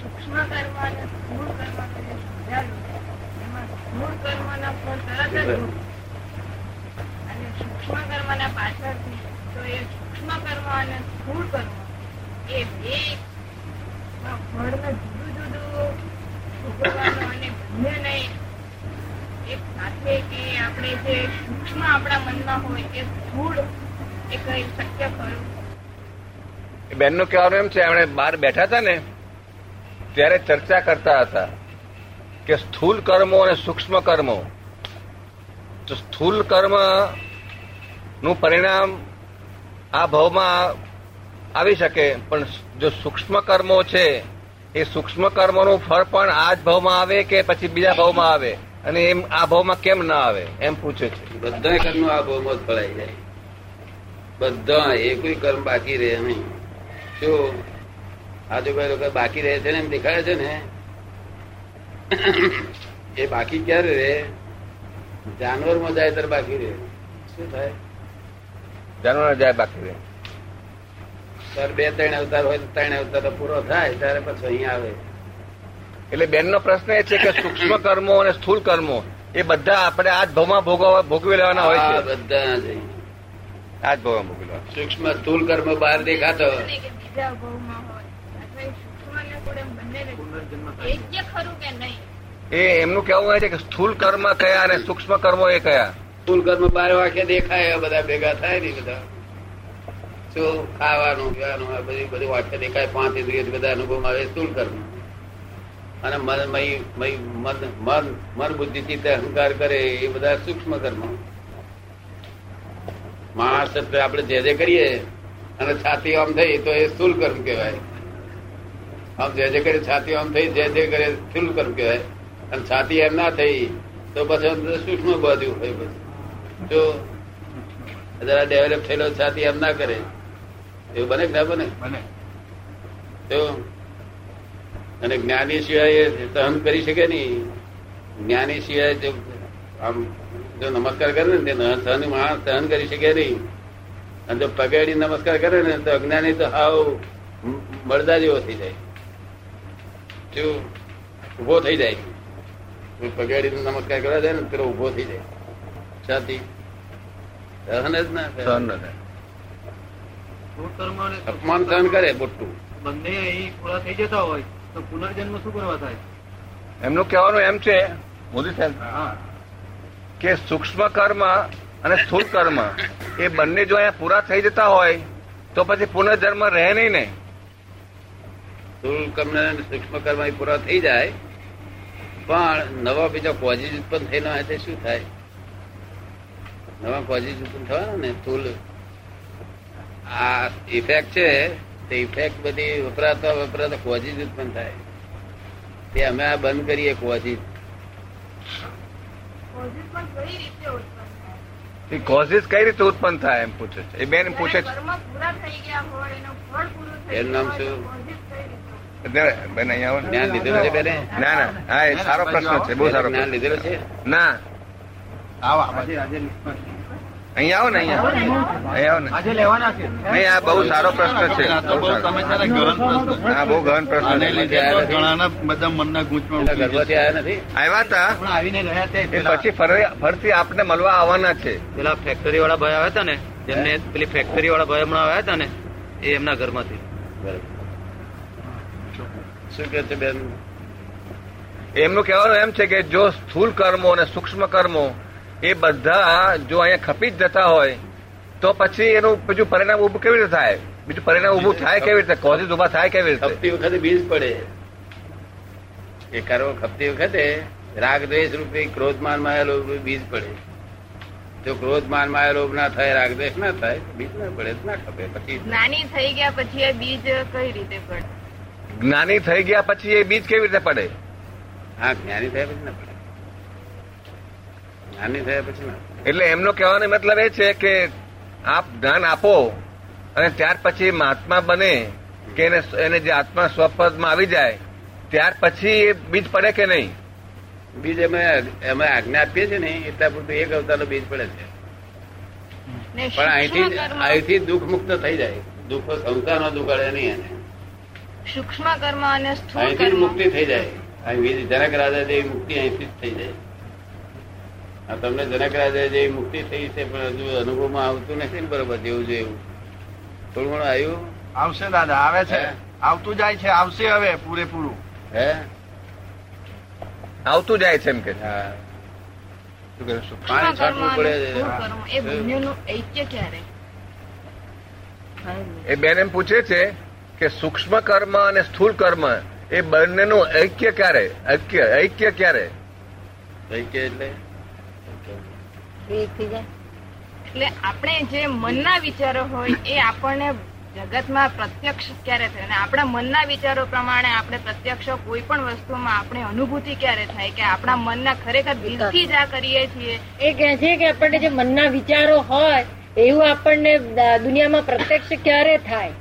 સૂક્ષ્મ કર્મ અને મૂળ કર્મનું જે સમજાવ્યું એમાં મૂળ કર્મનો ફળ તરત જ ભોગવે. અને સૂક્ષ્મ કર્મના પાછળથી તો એ સૂક્ષ્મ કર્મ અને સ્થૂળ કર્મ એ બે ફળને જુદું જુદું ભોગવવાનું અને બંનેને એક સાથે કે આપણે જે સૂક્ષ્મ આપણા મનમાં હોય એ સ્થૂળ એ કઈ શક્ય ખરું એ બેનનું કહેવાનું એમ છે એમણે બહાર બેઠા હતા ને ત્યારે ચર્ચા કરતા હતા કે સ્થૂલ કર્મો અને સૂક્ષ્મ કર્મો તો સ્થૂલ કર્મ નું પરિણામ આ ભાવમાં આવી શકે પણ જો સૂક્ષ્મ કર્મો છે એ સૂક્ષ્મ કર્મોનું ફળ પણ આ જ ભાવમાં આવે કે પછી બીજા ભાવમાં આવે અને એમ આ ભાવમાં કેમ ના આવે એમ પૂછે છે બધા કર્મ આ ભાવમાં જ ફળાઈ જાય બધા એ કોઈ કર્મ બાકી રહે નહીં જો આ જો ભાઈ લોકો બાકી રહે છે ને એમ દેખાડે છે ને એ બાકી ક્યારે રહે જાનવરમાં જાય ત્યારે બાકી રહે શું થાય જાનવર જાય બાકી રહે. ત્યારે બે ત્રણ અવતાર હોય તો ત્રણ અવતાર પૂરો થાય ત્યારે પછી અહીં આવે એટલે બેનનો પ્રશ્ન એ છે કે સૂક્ષ્મ કર્મો અને સ્થૂલ કર્મો એ બધા આપણે આ જ ભાવમાં ભોગવવા ભોગવી લેવાના હોય આ છે બધા જ અહીં. આ જ ભાવમાં ભોગવી લેવાના. સૂક્ષ્મ સ્થૂલ કર્મ બહાર દેખાતો એટલે કે બીજા ભાવમાં હોય અથવા એ સૂક્ષ્મ અને સ્થૂળ એમ બંનેને એક જે ખરું કે નહીં એ એમનું કહેવું હોય છે કે સ્થૂલ કર્મ કયા અને સૂક્ષ્મ કર્મો એ કયા સ્થૂલ કર્મ બાર વાગે દેખાય આ બધા ભેગા થાય ને બધા શું ખાવાનું પીવાનું આ બધી બધું વાક્ય દેખાય પાંચ ઇન્દ્રિય બધા અનુભવમાં આવે સ્થૂલ કર્મ અને મન મય મય મન મન મન બુદ્ધિ ચિત્ત અહંકાર કરે એ બધા સૂક્ષ્મ કર્મ માણસ એટલે આપણે જે જે કરીએ અને છાતી આમ થઈ તો એ સ્થૂલ કર્મ કહેવાય આમ જે જે કરે છાતી આમ થઈ જે જે કરે સ્થૂલ કર્મ કહેવાય અને છાતી એમ ના થઈ તો પછી અંદર સૂક્ષ્મ બાજુ હોય પછી જો જરા ડેવલપ થયેલો છાતી એમ ના કરે એવું બને કે ના બને તો અને જ્ઞાની સિવાય એ સહન કરી શકે નહીં જ્ઞાની સિવાય જો આમ જો નમસ્કાર કરે ને તે ન- સહન માણસ સહન કરી શકે નહીં અને જો પગેડી નમસ્કાર કરે ને તો અજ્ઞાની તો હાવ મ- મળદા જેવો થઈ જાય જો ઉભો થઈ જાય પગેડી નમસ્કાર કરવા જાય ને પેલો ઉભો થઈ જાય છાતી સહન જ ના કરે. સહન ન થાય. ભૂત કર્મ અને અપમાન સહન કરે બોટું બંને અહીં પૂરા થઈ જતા હોય તો પુનર્જન્મ શું કરવા થાય એમનું કહેવાનું એમ છે મોદી સાહેબ હા કે સૂક્ષ્મ કર્મ અને સ્થૂલ કર્મ એ બંને જો અહીંયા પૂરા થઈ જતા હોય તો પછી પુનર્જન્મ રહે નહીં ને સ્થૂળ કર્મ અને સૂક્ષ્મ કર્મ એ પૂરા થઈ જાય પણ નવા બીજા કોઝિસ ઉત્પન્ન થઈ ન હોય તો શું થાય નવા કોઝિસ ઉત્પન્ન થવાના ને સ્થૂલ આ ઇફેક્ટ છે તે ઇફેક્ટ બધી વપરાતા વપરાતા કોઝિસ ઉત્પન્ન થાય તે અમે આ બંધ કરીએ કોઝિસ પોઝિટ પણ કઈ રીતે ઉત્પન્ન થાય? એ કોઝિસ કઈ રીતે ઉત્પન્ન થાય એમ પૂછે છે એ બેન પૂછે છે જ્યારે કર્મ પૂરા થઈ ગયા હોય એનું ફળ પૂરું થઈ એનું ગયું નામ હોય તો શું? પોઝિટ કઈ રીતે ઉત્પન્ન એટલે બેન અહીંયા આવો ને. જ્ઞાન લીધેલું છે બેને ના ના હા એ સારો પ્રશ્ન છે બહુ સારો જ્ઞાન પ્રશ્ન. લીધેલું છે ના આજે આજે અહીંયા આવો ને અહીંયા અહીંયા આવો ને આજે લેવાના છે નહીં આ બહુ સારો પ્રશ્ન છે બહુ સારો. હા બહુ ગહન પ્રશ્ન આને છે લીધે તો ઘણાના બધા મનના ગૂંચમાં પેલા ઉતરી ગર્ભવતી જશે. આવ્યા નથી આવ્યા હતા પણ આવીને રહ્યા તે એ પછી ફરી ફરીથી આપને મળવા આવવાના છે પેલા ફેક્ટરી વાળા ભાઈ આવ્યા હતા ને જેમને પેલી ફેક્ટરી વાળા ભાઈ હમણાં આવ્યા હતા ને એ એમના ઘરમાંથી શું કહે છે બેન એમનું કહેવાનું એમ છે કે જો સ્થૂલ કર્મો અને સૂક્ષ્મ કર્મો એ બધા જો અહીંયા ખપી જ જતા હોય તો પછી એનું બીજું પરિણામ ઊભું કેવી રીતે થાય બીજું પરિણામ ઊભું થાય કેવી રીતે કોઝિસ ઊભા થાય કેવી રીતે ખપતી વખતે બીજ પડે એ કરો ખપતી વખતે રાગ દ્વેષ રૂપે ક્રોધ માન માયા લોભ રૂપે બીજ પડે જો ક્રોધ માન માયા લોભ ના થાય રાગ દ્વેષ ના થાય બીજ ના પડે તો ના ખપે પછી થાય? જ્ઞાની થઈ ગયા પછી એ બીજ કઈ રીતે પડે જ્ઞાની થઈ ગયા પછી એ બીજ કેવી રીતે પડે હા જ્ઞાની થયા પછી ના પડે જ્ઞાની થયા પછી ના પડે. એટલે એમનો કહેવાનો મતલબ એ છે કે આપ જ્ઞાન આપો અને ત્યાર પછી મહાત્મા બને કે એને એને જે આત્મા સ્વપદમાં આવી જાય ત્યાર પછી એ બીજ પડે કે નહીં બીજ અમે અમે આજ્ઞા આપીએ છીએ ને એટલા પૂરતું એક અવતારનું બીજ પડે છે ને પણ સૂક્ષ્મ અહીંથી કર્મ અહીંથી દુઃખ મુક્ત થઈ જાય દુઃખ સંસારનો દુઃખ અડે નહીં એને સૂક્ષ્મ કર્મ અને સ્થૂળ અહીંથી જ કર્મ મુક્તિ થઈ જાય અહીં વીર જનક રાજા જેવી મુક્તિ અહીંથી જ થઈ જાય આ તમને જનક રાજા જેવી મુક્તિ થઈ છે પણ હજુ અનુભવમાં આવતું નથી ને બરોબર જેવું જેવું થોડું ઘણું આવ્યું આવશે દાદા આવે છે હે? આવતું જાય છે આવશે હવે પૂરેપૂરું હે આવતું જાય છે એમ કે હા શું કહ્યું? સૂક્ષ્મ. પાણી સૂક્ષ્મ છાંટવું કર્મ અને પડે સ્થૂળ કર્મ એ બંનેનું હા. ઐક્ય ક્યારે થાય નહીં. એ બેન એમ પૂછે છે કે સૂક્ષ્મ કર્મ અને સ્થૂળ કર્મ એ બંનેનું ઐક્ય ક્યારે ઐક્ય ઐક્ય ક્યારે થઈ કે એટલે એટલે આપણે જે મનના વિચારો હોય એ આપણને જગતમાં પ્રત્યક્ષ ક્યારે થાય અને આપણા મનના વિચારો પ્રમાણે આપણે પ્રત્યક્ષ કોઈ પણ વસ્તુમાં આપણે અનુભૂતિ ક્યારે થાય કે આપણા મનના ખરેખર દિલથી જ આ કરીએ છીએ એ કહે છે કે આપણને જે મનના વિચારો હોય એવું આપણને દ- દુનિયામાં પ્રત્યક્ષ ક્યારે થાય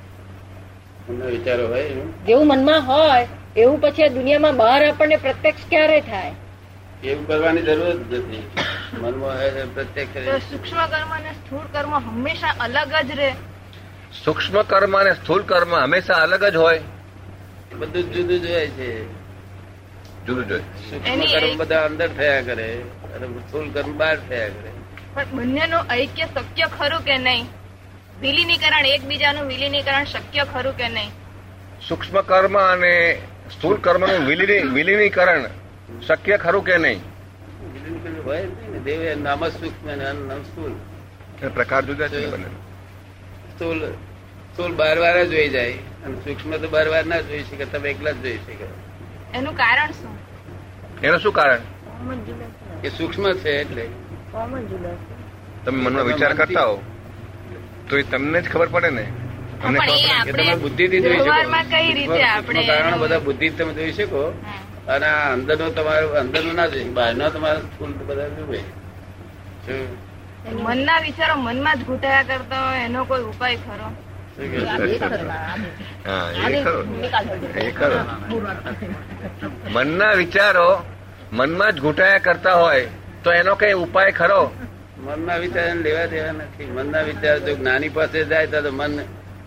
મને વિચારો હોય એમ. જેવું મનમાં હોય એવું પછી આ દુનિયામાં બહાર આપણને પ્રત્યક્ષ ક્યારે થાય એવું કરવાની જરૂર જ નથી મનમાં હોય છે પ્રત્યક્ષ તો રહે. સૂક્ષ્મ કર્મ અને સ્થૂળ કર્મ હંમેશા અલગ જ રહે સૂક્ષ્મ કર્મ અને સ્થૂળ કર્મ હંમેશા અલગ જ હોય બધું જ જુદું જ હોય છે જુદું જ હોય સૂક્ષ્મ એની કર્મ એક- બધા અંદર થયા કરે અને સ્થૂળ કર્મ બહાર થયા કરે પણ બંનેનું ઐક્ય શક્ય ખરું કે નહીં વિલીનીકરણ એકબીજાનું વિલીનીકરણ શક્ય ખરું કે નહીં સૂક્ષ્મ કર્મ અને સ્થૂળ કર્મનું વિલીની- વિલીનીકરણ શક્ય ખરું કે નહીં વિલીન કર્મ હોય જ નહીં ને. દેવે નામ જ સૂક્ષ્મ અને આનું નામ સ્થૂળ એ પ્રકાર જુદા છે બંને સ્થૂળ સ્થૂળ બાર વાર જ જોઈ જાય અને સૂક્ષ્મ તો બાર વાર ના જોઈ શકે તમે એકલા જ જોઈ શકો એનું કારણ શું એનું શું કારણ એ સૂક્ષ્મ છે એટલે તમે મનમાં વિચાર કરતા હો તો એ તમને જ ખબર પડે ને અમને પણ એ આપણે એ ખબર તમે બુદ્ધિ થી જોઈ શકો વ્યવહારમાં કઈ રીતે સૂક્ષ્મ- આપણે સૂક્ષ્મ કારણો એનું- બધા બુદ્ધિ તમે જોઈ શકો હા. અને આ અંદરનો તમારો અંદરનો ના જોઈ બહારનો તમારો સ્થૂળ તો બધા જુએ શું મનના વિચારો મનમાં જ ઘૂંટાયા કરતા હોય એનો કોઈ ઉપાય ખરો શું કહે છે? પડે. હા એ ખરો એ ખરો મનના વિચારો મનમાં જ ઘૂંટાયા કરતા હોય તો એનો કઈ ઉપાય ખરો મનના વિચાર લેવા દેવા નથી મનના વિચાર જો જ્ઞાની પાસે જાય તો તો મન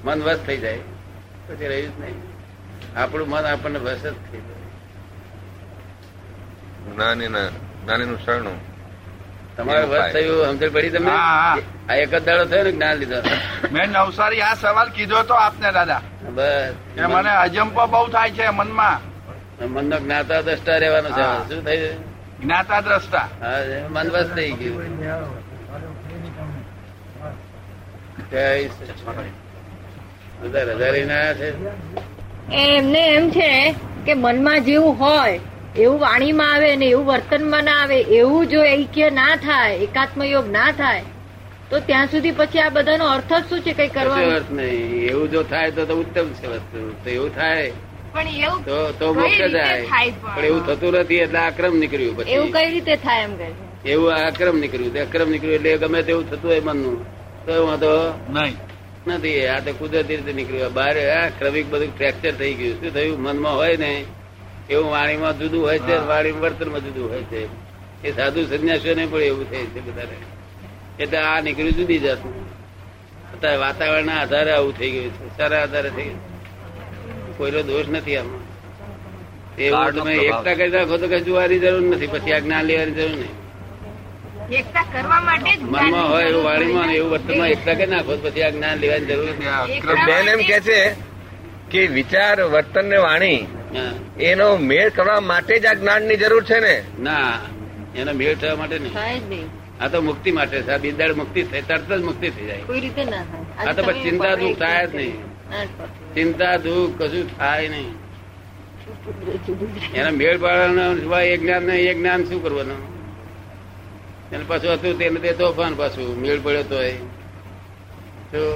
મન વશ થઈ જાય પછી રહ્યું જ નહીં આપણું મન આપણને વશ જ થઈ જાય નાનીના નાનીનું શરણું તમારે વશ થયું સમજણ પડી તમને હા, હા. આ એક જ દાડો થયો ને જ્ઞાન લીધો મેં નવસારી આ સવાલ કીધો તો આપને દાદા બસ કે મને અજંપો બહુ થાય છે મનમાં મનનો જ્ઞાતા દ્રષ્ટા રહેવાનો છે હા. શું થયું જ્ઞાતા દ્રષ્ટા હા મન વશ થઈ ગયું જય સચ્ચિદાનંદ. બધા રજારી ના છે એ એમને એમ છે કે મનમાં જેવું હોય એવું વાણીમાં આવે ને એવું વર્તનમાં ના આવે એવું જો ઐક્ય ના થાય એકાત્મયોગ ના થાય તો ત્યાં સુધી પછી આ બધાનો અર્થ જ શું છે કઈ કશો કરવાનું અર્થ નહીં એવું જો થાય તો તો ઉત્તમ છે વસ્તુ તો એવું થાય પણ એવું તો તો મોક્ષ કઈ રીતે જાય થાય પણ? પણ એવું થતું નથી એટલે આક્રમ નીકળ્યું એવું પછી કઈ રીતે થાય એમ કહે છે એવું આક્રમ નીકળ્યું તે અક્રમ નીકળ્યું એટલે ગમે તેવું થતું હોય મનનું તો એવો વાંધો નહીં નથી આ તો કુદરતી રીતે નીકળ્યું બહાર આ ક્રમિક બધું ફ્રેક્ચર થઈ ગયું શું થયું મનમાં હોય ને એવું વાણીમાં જુદું હોય છે હા. વાણી વર્તનમાં જુદું હોય છે એ સાધુ સંન્યાસીઓને પણ એવું થાય છે બધાને એટલે આ નીકળ્યું જુદી જાતનું અત્યારે વાતાવરણના આધારે આવું થઈ ગયું છે સારા આધારે થઈ ગયું કોઈનો દોષ નથી આમાં તે એવું કાળનો તમે પ્રભાવ. એકતા કરી રાખો તો કઈ જોવાની જરૂર નથી પછી આ જ્ઞાન લેવાની જરૂર નહીં એકતા કરવા માટે જ મનમાં હોય એવું વાણીમાં ને એવું વર્તનમાં જ્ઞાનની એકતા કરી નાખો તો પછી આ જ્ઞાન લેવાની જરૂર નથી એકતા બેન એમ કે છે કે વિચાર વર્તન ને વાણી હા. એનો મેળ કરવા માટે જ આ જ્ઞાનની જરૂર છે ને ના એનો મેળ થવા માટે નહીં થાય જ નહીં આ તો મુક્તિ માટે છે આ બિદાડ મુક્તિ થઈ તરત જ મુક્તિ થઈ જાય કોઈ રીતે ના થાય આજે આ તો તમે પછી ચિંતા પકડી દુઃખ થાય જ છે. નહીં. ના જ પકડી. ચિંતા દુઃખ કશું થાય નહીં એના મેળ પાડવાના સિવાય એ જ્ઞાન ને એ જ્ઞાન શું કરવાનું એને પાછું હતું તેને તે તોફાન પાછું મેળ પડ્યો તો એ શું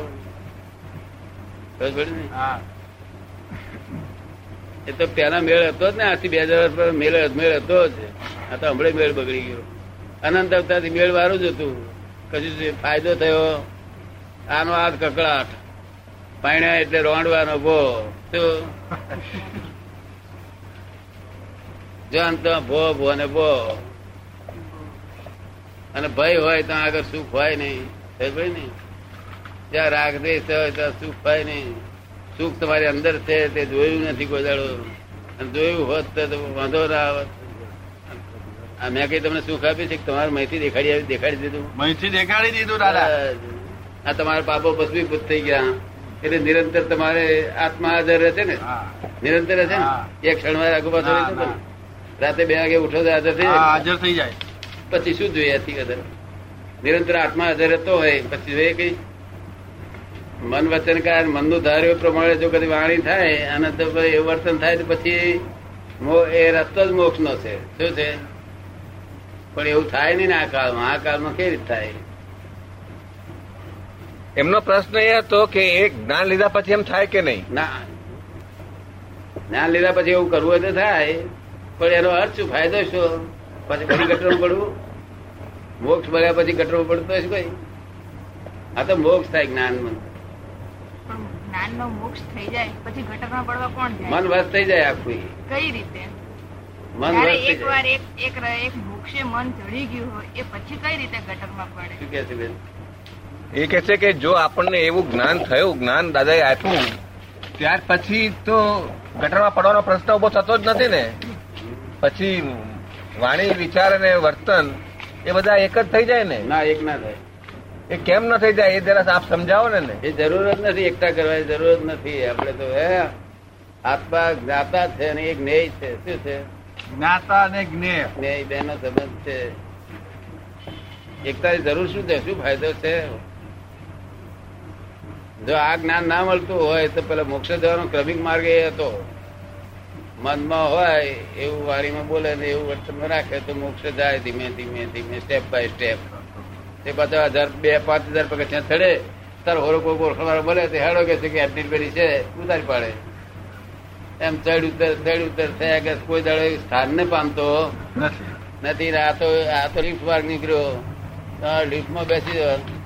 ખબર પડી ને? હા એ તો પેલા મેળ હતો જ ને આજથી બે હજાર વર્ષ પહેલા મેળ મેળ હતો જ આ તો હમણાં મેળ બગડી ગયો અનંત અવતારથી મેળ વાળું જ હતું કશું જ ફાયદો થયો આનો આ કકડાટ પાણ્યા એટલે રોંડવાનો ભો તો જાન તો ભો ભો ને ભો અને ભય હોય તો આગળ સુખ હોય નહીં ખબર પડી ને જ્યાં રાગ દેશ હોય ત્યાં સુખ હોય નહીં સુખ તમારી અંદર છે તે જોયું નથી કોઈ દાડો અને જોયું હોત તો તો વાંધો ના આવત આ મેં કઈ તમને સુખ આપ્યું છે કે તમારે માહિતી દેખાડી આવી દેખાડી દીધું મહીથી દેખાડી દીધું દાદા આ તમારા પાપો ભસ્મીભૂત થઈ ગયા એટલે નિરંતર તમારે આત્મા હાજર રહે છે ને હા નિરંતર રહે છે હા. ને એક ક્ષણમાં આગુ પાછો ના, રહી શકો ને? ના. રાતે બે વાગે ઉઠો તો હાજર થઈ હા, જાય હાજર થઈ જાય પછી શું જોઈએ આથી વધારે નિરંતર આત્મા હાજર રહેતો હોય પછી જોઈએ કઈ મન વચન કાર મનનું ધાર્યું એ પ્રમાણે જો કદી વાણી થાય અને તો પછી એવું વર્તન થાય તો પછી મો- એ રસ્તો જ મોક્ષનો છે શું છે પણ એવું થાય નહીં ને આ કાળમાં આ કાળમાં કેવી રીતે થાય એમનો પ્રશ્ન એ હતો કે એ જ્ઞાન લીધા પછી એમ થાય કે નહીં ના જ્ઞાન લીધા પછી એવું કરવું હોય તો થાય પણ એનો અર્થ શું ફાયદો શું પછી ફરી ગટરમાં પડવું મોક્ષ મળ્યા પછી ગટરમાં પડતો હશે કોઈ આ તો મોક્ષ થાય જ્ઞાનમાં પણ જ્ઞાનનો મોક્ષ થઈ જાય પછી ગટરમાં પડવા કોણ જાય મન વસ થઈ જાય આખું કઈ રીતે મન જ્યારે વસ થઈ એક જાય વાર એક એક ર- એક મોક્ષે મન ચડી ગયું હોય એ પછી કઈ રીતે ગટરમાં પડે શું કે છે બેન એ કહે છે કે જો આપણને એવું જ્ઞાન થયું જ્ઞાન દાદાએ આપ્યું ત્યાર પછી તો ગટરમાં પડવાનો પ્રશ્ન ઉભો થતો જ નથી ને પછી વાણી વિચાર અને વર્તન એ બધા એક જ થઈ જાય ને ના એક ના થાય એ કેમ ન થઈ જાય એ જરા આપ સમજાવો ને ને એ જરૂર જ નથી એકતા કરવાની જરૂર જ નથી આપણે તો હે આત્મા જ્ઞાતા છે અને એક જ્ઞેય છે શું છે જ્ઞાતા અને જ્ઞેય જ્ઞેય બેનો સંબંધ છે એકતાની જરૂર શું છે શું ફાયદો છે જો આ જ્ઞાન ના મળતું હોય તો પેલા મોક્ષ જવાનો ક્રમિક માર્ગ એ હતો મનમાં હોય એવું વાણીમાં બોલે ને એવું વર્તનમાં રાખે તો મોક્ષ જાય ધીમે ધીમે ધીમે સ્ટેપ બાય સ્ટેપ તે પાછા હજાર બે પાંચ હજાર પગથિયાં ચડે તાર હોરો કોઈ ઓળખનારો બોલે તે હેડો કે છે કે એમની પેલી છે ઉતારી પાડે એમ ચડ ઉતર ચડ ઉતર થયા કે કોઈ દાડો એ સ્થાનને પામતો નથી નથી આ તો આ તો લિફ્ટ માર્ગ નીકળ્યો લિફ્ટ માં બેસી જવાનું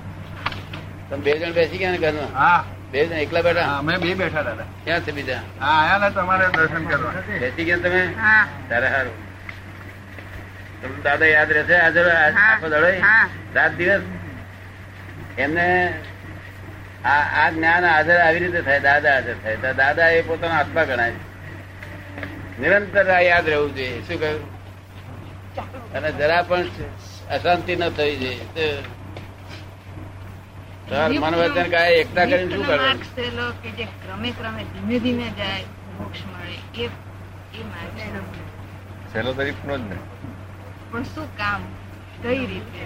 તમે બે જણ બેસી ગયા ને ઘરમાં હા બે જણ એકલા બેઠા અમે બે બેઠા દાદા ક્યાં છે બીજા હા આયા ને તમારે દર્શન કરવા બેસી ગયા તમે હા તારે સારું તમને દાદા યાદ રહેશે આજે આજ- હા. આખો દાડો હા. રાત દિવસ એમને આ આ જ્ઞાન હાજર આવી રીતે થાય દાદા હાજર થાય તો દાદા એ પોતાનો આત્મા ગણાય છે. નિરંતર આ યાદ રહેવું જોઈએ શું કહ્યું અને જરા પણ અશાંતિ ન થવી જોઈએ તો- તો મન વચન કાય એકતા કરીને શું નિત્યનો કરવાનું માર્ગ સહેલો કે જે ક્રમે ક્રમે ધીમે ધીમે જાય મોક્ષ મળે એ એ માર્ગ સહેલો. સહેલો તરીફ નો જ ને પણ શું કામ કઈ રીતે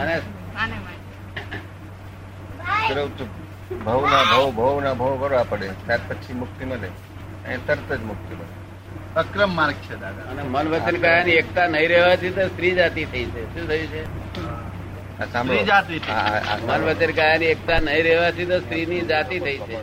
અને આને માટે પેલો ચૂપ. ભવ ના ભવ ભવ ના ભવ કરવા પડે ત્યાર પછી મુક્તિ મળે અહીં તરત જ મુક્તિ મળે અક્રમ માર્ગ છે દાદા અને મન વચન કાયાની એકતા નહીં રહેવાથી તો સ્ત્રી જાતિ થઈ છે શું થયું છે આ સાંભળો સ્ત્રી જાતિ છે. આ- આ- આ મન સાંભળો. વચન કાયાની એકતા નહીં રહેવાથી તો સ્ત્રીની જાતિ થઈ છે